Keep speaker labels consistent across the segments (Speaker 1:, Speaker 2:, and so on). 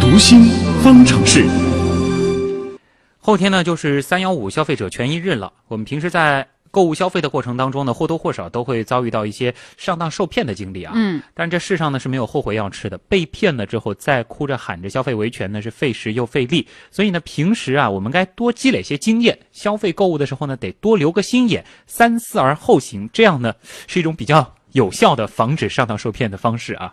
Speaker 1: 图新方程式。
Speaker 2: 后天呢就是三幺五消费者权益日了。我们平时在购物消费的过程当中呢，或多或少都会遭遇到一些上当受骗的经历啊。
Speaker 3: 嗯，
Speaker 2: 但这世上呢是没有后悔药吃的，被骗了之后再哭着喊着消费维权呢是费时又费力。所以呢，平时啊我们该多积累些经验，消费购物的时候呢得多留个心眼，三思而后行，这样呢是一种比较有效的防止上当受骗的方式啊。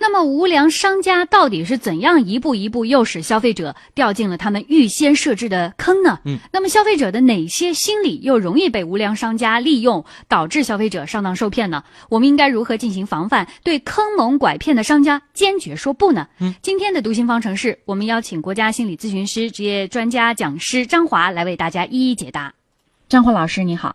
Speaker 3: 那么无良商家到底是怎样一步一步诱使消费者掉进了他们预先设置的坑呢？
Speaker 2: 嗯，
Speaker 3: 那么消费者的哪些心理又容易被无良商家利用，导致消费者上当受骗呢？我们应该如何进行防范？对坑蒙拐骗的商家坚决说不呢？
Speaker 2: 嗯，
Speaker 3: 今天的读心方程式，我们邀请国家心理咨询师、职业专家讲师张华来为大家一一解答。张华老师，你好。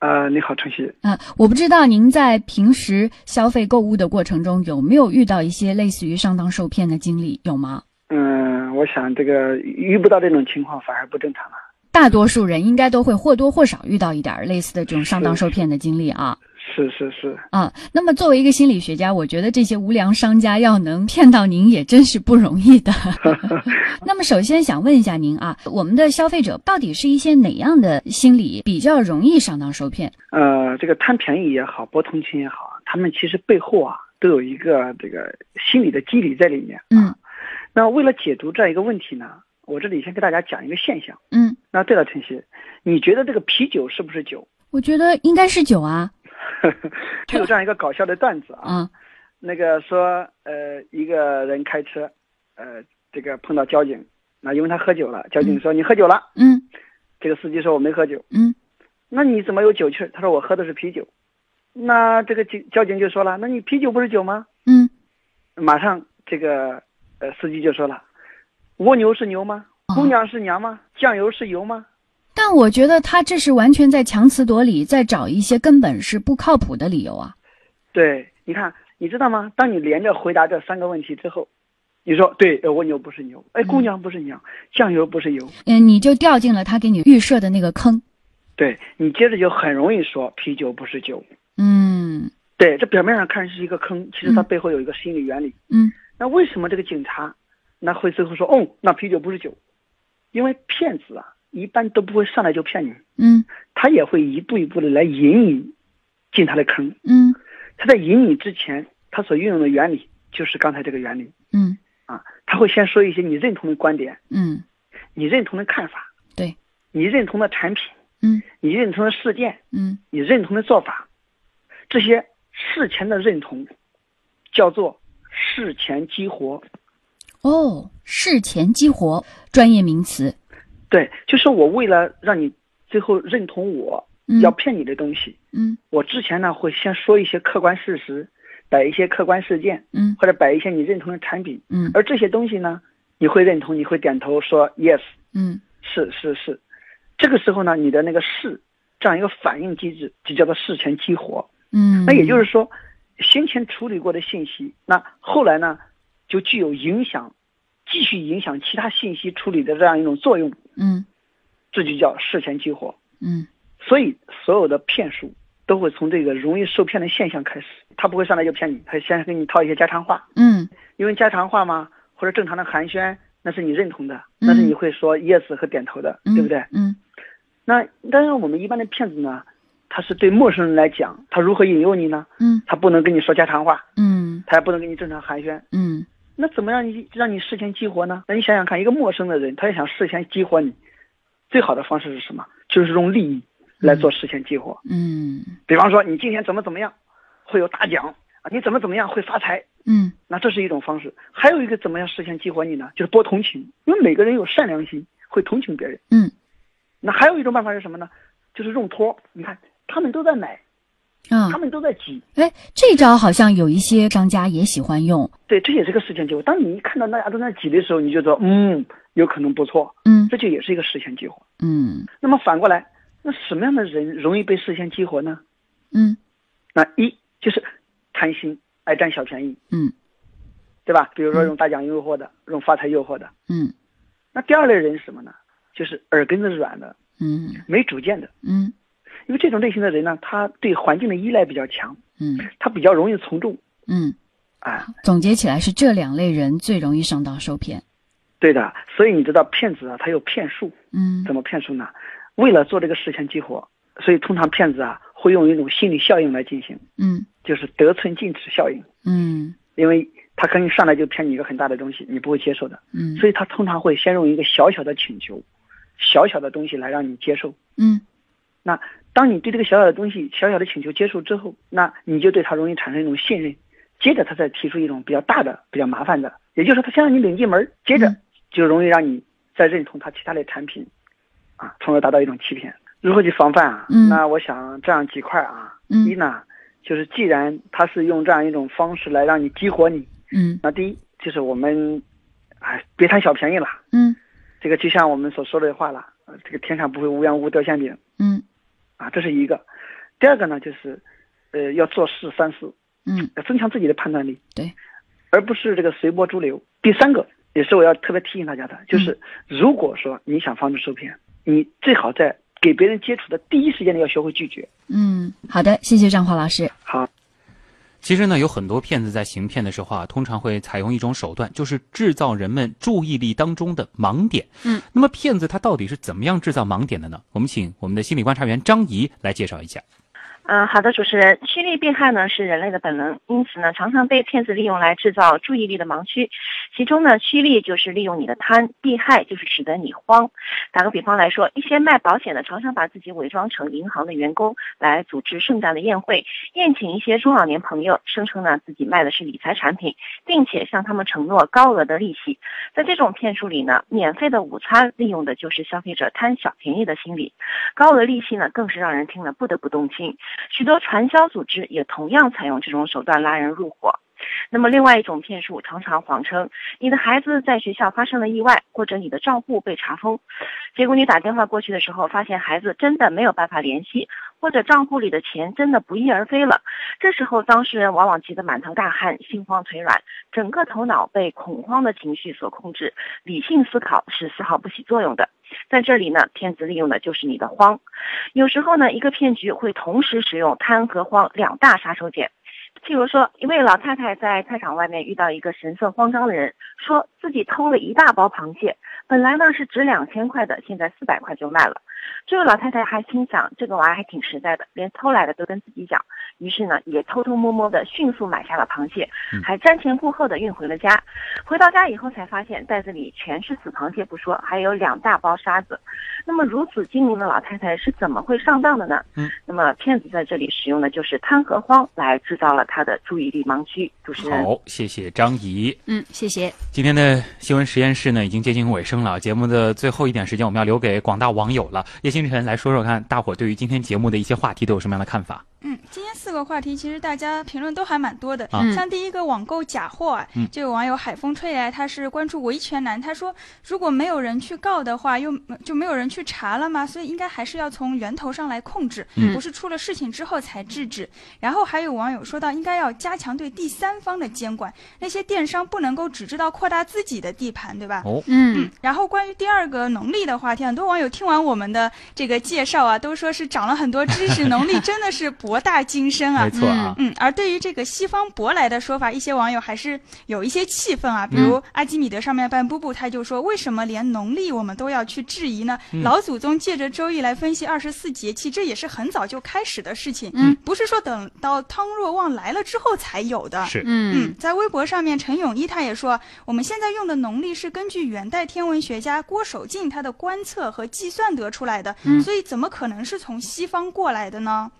Speaker 4: 呃，你好，晨曦。
Speaker 3: 啊、我不知道您在平时消费购物的过程中有没有遇到一些类似于上当受骗的经历，有吗？
Speaker 4: 嗯，我想这个遇不到这种情况反而不正常了。啊
Speaker 3: 大多数人应该都会或多或少遇到一点儿类似的这种上当受骗的经历啊
Speaker 4: 是是是，
Speaker 3: 啊！那么作为一个心理学家，我觉得这些无良商家要能骗到您也真是不容易的。那么首先想问一下您啊，我们的消费者到底是一些哪样的心理比较容易上当受骗？
Speaker 4: 呃，这个贪便宜也好，博同情也好，他们其实背后啊都有一个这个心理的机理在里面。
Speaker 3: 嗯
Speaker 4: 那为了解读这样一个问题呢，我这里先给大家讲一个现象。
Speaker 3: 嗯，
Speaker 4: 那对了，晨曦，你觉得这个啤酒是不是酒？
Speaker 3: 我觉得应该是酒啊
Speaker 4: 就有这样一个搞笑的段子 啊，
Speaker 3: 啊
Speaker 4: 那个说呃一个人开车，呃这个碰到交警，那因为他喝酒了，交警说你喝酒了，
Speaker 3: 嗯
Speaker 4: 这个司机说我没喝酒。
Speaker 3: 嗯
Speaker 4: 那你怎么有酒气儿？他说我喝的是啤酒。那这个警交警就说了，那你啤酒不是酒吗？
Speaker 3: 嗯
Speaker 4: 马上这个呃司机就说了，蜗牛是牛吗？
Speaker 3: 啊
Speaker 4: 姑娘是娘吗？酱油是油吗？
Speaker 3: 但我觉得他这是完全在强词夺理，在找一些根本是不靠谱的理由啊。
Speaker 4: 对，你看，你知道吗？当你连着回答这三个问题之后，你说对，呃蜗牛不是牛，哎，姑娘不是娘，酱油不是油，
Speaker 3: 嗯，你就掉进了他给你预设的那个坑。
Speaker 4: 对你接着就很容易说啤酒不是酒。
Speaker 3: 嗯
Speaker 4: 对，这表面上看是一个坑，其实它
Speaker 3: 嗯
Speaker 4: 背后有一个心理原理。
Speaker 3: 嗯
Speaker 4: 那为什么这个警察那会最后说，哦，那啤酒不是酒？因为骗子啊，一般都不会上来就骗你，
Speaker 3: 嗯
Speaker 4: 他也会一步一步的来引你进他的坑。
Speaker 3: 嗯
Speaker 4: 他在引你之前，他所运用的原理就是刚才这个原理
Speaker 3: 嗯
Speaker 4: 啊，他会先说一些你认同的观点，
Speaker 3: 嗯
Speaker 4: 你认同的看法，
Speaker 3: 对，
Speaker 4: 你认同的产品，
Speaker 3: 嗯
Speaker 4: 你认同的事件，
Speaker 3: 嗯
Speaker 4: 你认同的做法，这些事前的认同叫做事前激活。
Speaker 3: 哦，事前激活专业名词。
Speaker 4: 对，就是我为了让你最后认同我
Speaker 3: 嗯
Speaker 4: 要骗你的东西，
Speaker 3: 嗯
Speaker 4: 我之前呢会先说一些客观事实，摆一些客观事件，
Speaker 3: 嗯
Speaker 4: 或者摆一些你认同的产品，
Speaker 3: 嗯
Speaker 4: 而这些东西呢，你会认同，你会点头说 yes，
Speaker 3: 嗯
Speaker 4: 是是是。这个时候呢，你的那个是这样一个反应机制，就叫做事前激活。
Speaker 3: 嗯。
Speaker 4: 那也就是说，先前处理过的信息，那后来呢，就具有影响，继续影响其他信息处理的这样一种作用，
Speaker 3: 嗯
Speaker 4: 这就叫事前激活。
Speaker 3: 嗯
Speaker 4: 所以所有的骗术都会从这个容易受骗的现象开始，他不会上来就骗你，他先跟你套一些家常话，
Speaker 3: 嗯
Speaker 4: 因为家常话嘛，或者正常的寒暄，那是你认同的，那是你会说 yes 和点头的，
Speaker 3: 嗯，
Speaker 4: 对不对？
Speaker 3: 嗯
Speaker 4: 那但是我们一般的骗子呢，他是对陌生人来讲，他如何引诱你呢？
Speaker 3: 嗯
Speaker 4: 他不能跟你说家常话，
Speaker 3: 嗯
Speaker 4: 他也不能跟你正常寒暄。
Speaker 3: 嗯
Speaker 4: 那怎么让你让你事前激活呢？那你想想看，一个陌生的人，他要想事前激活你，最好的方式是什么？就是用利益来做事前激活。
Speaker 3: 嗯
Speaker 4: 比方说你今天怎么怎么样，会有大奖啊，你怎么怎么样会发财，
Speaker 3: 嗯
Speaker 4: 那这是一种方式。还有一个怎么样实现激活你呢？就是博同情，因为每个人有善良心，会同情别人。
Speaker 3: 嗯
Speaker 4: 那还有一种办法是什么呢？就是用托。你看，他们都在买，
Speaker 3: 啊
Speaker 4: 他。们都在挤，
Speaker 3: 哎，这招好像有一些商家也喜欢用。
Speaker 4: 对，这也是个事前激活。当你一看到大家都在挤的时候，你就说，嗯，有可能不错，
Speaker 3: 嗯
Speaker 4: 这就也是一个事前激活。
Speaker 3: 嗯
Speaker 4: 那么反过来，那什么样的人容易被事前激活呢？
Speaker 3: 嗯
Speaker 4: 那一就是贪心，爱占小便宜，
Speaker 3: 嗯
Speaker 4: 对吧？比如说用大奖诱惑的，用发财诱惑的。
Speaker 3: 嗯
Speaker 4: 那第二类人是什么呢？就是耳根子软的、
Speaker 3: 嗯
Speaker 4: 没主见的。
Speaker 3: 嗯
Speaker 4: 因为这种类型的人呢，他对环境的依赖比较强，
Speaker 3: 嗯
Speaker 4: 他比较容易从众。
Speaker 3: 嗯，
Speaker 4: 啊，
Speaker 3: 总结起来是这两类人最容易上当受骗。
Speaker 4: 对的，所以你知道骗子啊，他有骗术，
Speaker 3: 嗯
Speaker 4: 怎么骗术呢？为了做这个事前激活，所以通常骗子啊会用一种心理效应来进行，
Speaker 3: 嗯
Speaker 4: 就是得寸进尺效应，
Speaker 3: 嗯
Speaker 4: 因为他可能上来就骗你一个很大的东西，你不会接受的，
Speaker 3: 嗯，
Speaker 4: 所以他通常会先用一个小小的请求，小小的东西来让你接受。
Speaker 3: 嗯
Speaker 4: 那当你对这个小小的东西、小小的请求接受之后，那你就对他容易产生一种信任，接着他再提出一种比较大的、比较麻烦的，也就是说，他先让你领进门，接着
Speaker 3: 嗯
Speaker 4: 就容易让你再认同他其他的产品，啊，从而达到一种欺骗。如何去防范啊？
Speaker 3: 嗯
Speaker 4: 那我想这样几块啊，一
Speaker 3: 嗯
Speaker 4: 呢，就是既然他是用这样一种方式来让你激活你，
Speaker 3: 嗯
Speaker 4: 那第一就是我们，哎，别贪小便宜了，
Speaker 3: 嗯
Speaker 4: 这个就像我们所说的话了，呃这个天上不会无缘无故掉馅饼。
Speaker 3: 嗯
Speaker 4: 啊，这是一个。第二个呢，就是，呃，要做事三思，
Speaker 3: 嗯
Speaker 4: 要增强自己的判断力，
Speaker 3: 对，
Speaker 4: 而不是这个随波逐流。第三个也是我要特别提醒大家的，就是如果说你想防止受骗，你最好在给别人接触的第一时间里要学会拒绝。
Speaker 3: 嗯，好的，谢谢张华老师。
Speaker 4: 好，
Speaker 2: 其实呢，有很多骗子在行骗的时候啊，通常会采用一种手段，就是制造人们注意力当中的盲点。
Speaker 3: 嗯，
Speaker 2: 那么骗子他到底是怎么样制造盲点的呢？我们请我们的心理观察员张怡来介绍一下。
Speaker 1: 嗯，好的，主持人，趋利避害呢是人类的本能，因此呢，常常被骗子利用来制造注意力的盲区。其中呢，趋利就是利用你的贪，避害就是使得你慌。打个比方来说，一些卖保险的常常把自己伪装成银行的员工，来组织盛大的宴会，宴请一些中老年朋友，声称呢自己卖的是理财产品，并且向他们承诺高额的利息。在这种骗术里呢，免费的午餐利用的就是消费者贪小便宜的心理，高额利息呢更是让人听了不得不动心。许多传销组织也同样采用这种手段拉人入伙。那么，另外一种骗术常常谎称你的孩子在学校发生了意外，或者你的账户被查封，结果你打电话过去的时候，发现孩子真的没有办法联系，或者账户里的钱真的不翼而飞了。这时候，当事人往往急得满头大汗、心慌腿软，整个头脑被恐慌的情绪所控制，理性思考是丝毫不起作用的。在这里呢，骗子利用的就是你的慌。有时候呢，一个骗局会同时使用贪和慌两大杀手锏。譬如说，一位老太太在菜场外面遇到一个神色慌张的人，说自己偷了一大包螃蟹，本来呢是值两千块的，现在四百块就卖了。这位老太太还心想，这个娃还挺实在的，连偷来的都跟自己讲。于是呢，也偷偷摸摸的迅速买下了螃蟹
Speaker 2: 嗯，
Speaker 1: 还瞻前顾后的运回了家。回到家以后才发现，袋子里全是死螃蟹不说，还有两大包沙子。那么如此精明的老太太是怎么会上当的呢？
Speaker 2: 嗯，
Speaker 1: 那么骗子在这里使用的就是贪和慌来制造了他的注意力盲区。主持人，
Speaker 2: 好，谢谢张怡。
Speaker 3: 嗯，谢谢。
Speaker 2: 今天的新闻实验室呢，已经接近尾声了。节目的最后一点时间，我们要留给广大网友了。叶星辰来说说看，大伙儿对于今天节目的一些话题都有什么样的看法？
Speaker 5: 嗯，今天四个话题其实大家评论都还蛮多的，
Speaker 2: 啊
Speaker 3: 嗯
Speaker 5: 像第一个网购假货啊，
Speaker 2: 嗯
Speaker 5: 就有网友海风吹来，他是关注维权男，他说如果没有人去告的话，又就没有人去查了嘛，所以应该还是要从源头上来控制，
Speaker 2: 嗯
Speaker 5: 不是出了事情之后才制止。然后还有网友说到，应该要加强对第三方的监管，那些电商不能够只知道扩大自己的地盘，对吧？
Speaker 2: 哦，
Speaker 3: 嗯
Speaker 5: 然后关于第二个农历的话题，很多网友听完我们的这个介绍啊，都说是长了很多知识，农历真的是博大精深啊
Speaker 2: 没。错啊，
Speaker 5: 嗯，而对于这个西方舶来的说法，一些网友还是有一些气愤
Speaker 2: 嗯
Speaker 5: 啊。比如阿基米德上面办布布，他就说，为什么连农历我们都要去质疑呢？
Speaker 2: 嗯
Speaker 5: 老祖宗借着周易来分析二十四节气，这也是很早就开始的事情，
Speaker 3: 嗯
Speaker 5: 不是说等到汤若望来了之后才有的。
Speaker 2: 是，
Speaker 3: 嗯
Speaker 5: 嗯，在微博上面，陈永一他也说，我们现在用的农历是根据元代天文学家郭守敬他的观测和计算得出来的，
Speaker 3: 嗯
Speaker 5: 所以怎么可能是从西方过来的呢？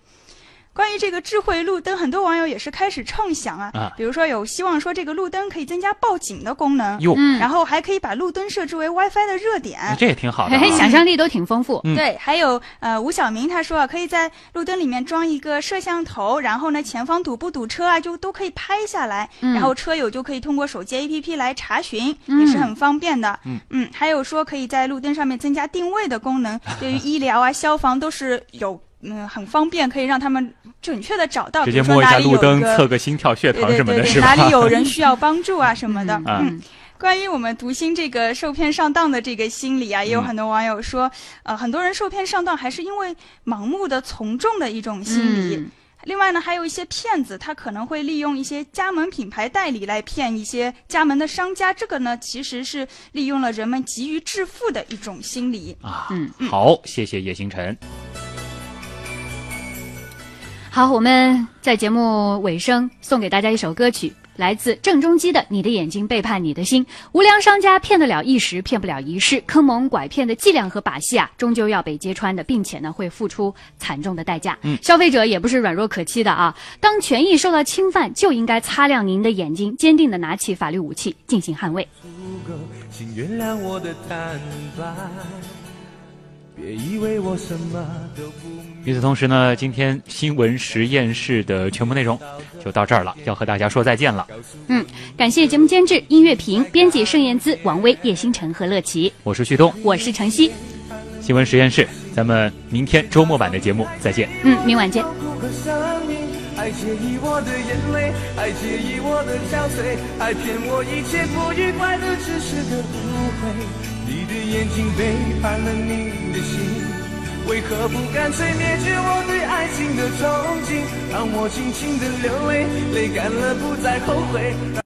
Speaker 5: 关于这个智慧路灯，很多网友也是开始畅想啊，
Speaker 2: 啊
Speaker 5: 比如说有希望说这个路灯可以增加报警的功能，
Speaker 2: 哟，
Speaker 3: 嗯，
Speaker 5: 然后还可以把路灯设置为 WiFi 的热点。
Speaker 2: 哎这也挺好的、啊。
Speaker 3: 嘿，想象力都挺丰富。
Speaker 2: 嗯
Speaker 5: 对，还有呃，吴晓明他说啊，可以在路灯里面装一个摄像头，然后呢，前方堵不堵车啊，就都可以拍下来，
Speaker 3: 嗯
Speaker 5: 然后车友就可以通过手机 APP 来查询，
Speaker 3: 嗯
Speaker 5: 也是很方便的。
Speaker 2: 嗯
Speaker 5: 还有说可以在路灯上面增加定位的功能，对于医疗啊、消防都是有嗯很方便，可以让他们准确的找到，
Speaker 2: 直接
Speaker 5: 比如说
Speaker 2: 摸一
Speaker 5: 哪
Speaker 2: 下
Speaker 5: 里
Speaker 2: 路
Speaker 5: 有
Speaker 2: 灯
Speaker 5: 一，个
Speaker 2: 测个心跳、血
Speaker 5: 对
Speaker 2: 糖
Speaker 5: 对
Speaker 2: 什么
Speaker 5: 对
Speaker 2: 的，是
Speaker 5: 对，
Speaker 2: 吧
Speaker 5: 哪？里有人需要帮助啊什么 的，
Speaker 2: 啊
Speaker 5: 嗯关于我们读心这个受骗上当的这个心理啊，也有
Speaker 2: 嗯
Speaker 5: 很多网友
Speaker 3: 嗯
Speaker 5: 说，呃，很多人受骗上当还是因为盲目的从众的一种心理。另外呢，还有一些骗子，他可能会利用一些加盟品牌代理来骗一些加盟的商家，这个呢其实是利用了人们急于致富的一种心理。
Speaker 2: 啊。
Speaker 6: 嗯
Speaker 2: 好，谢谢叶星辰。
Speaker 6: 好，我们在节目尾声送给大家一首歌曲，来自郑中基的《你的眼睛背叛你的心》。无良商家骗得了一时，骗不了一世，坑蒙拐骗的伎俩和把戏啊，终究要被揭穿的，并且呢会付出惨重的代价。
Speaker 2: 嗯
Speaker 6: 消费者也不是软弱可欺的啊，当权益受到侵犯，就应该擦亮您的眼睛，坚定的拿起法律武器进行捍卫。
Speaker 7: 不够，请原谅我的坦白。别以为我什么都不明
Speaker 2: 与此同时呢，今天新闻实验室的全部内容就到这儿了，要和大家说再见了。
Speaker 6: 嗯，感谢节目监制音乐评编辑盛燕姿、王威、叶星辰和乐琪，
Speaker 2: 我是旭东，
Speaker 6: 我是晨曦。
Speaker 2: 新闻实验室，咱们明天周末版的节目再见。
Speaker 6: 嗯，明晚见。
Speaker 7: 苦和伤你，爱介意我的眼泪，爱介意我的憔悴，爱骗我一切不愉快的只是个误会。你的眼睛背叛了你的心，为何不干脆灭绝我对爱情的憧憬？让我轻轻的流泪，泪干了不再后悔。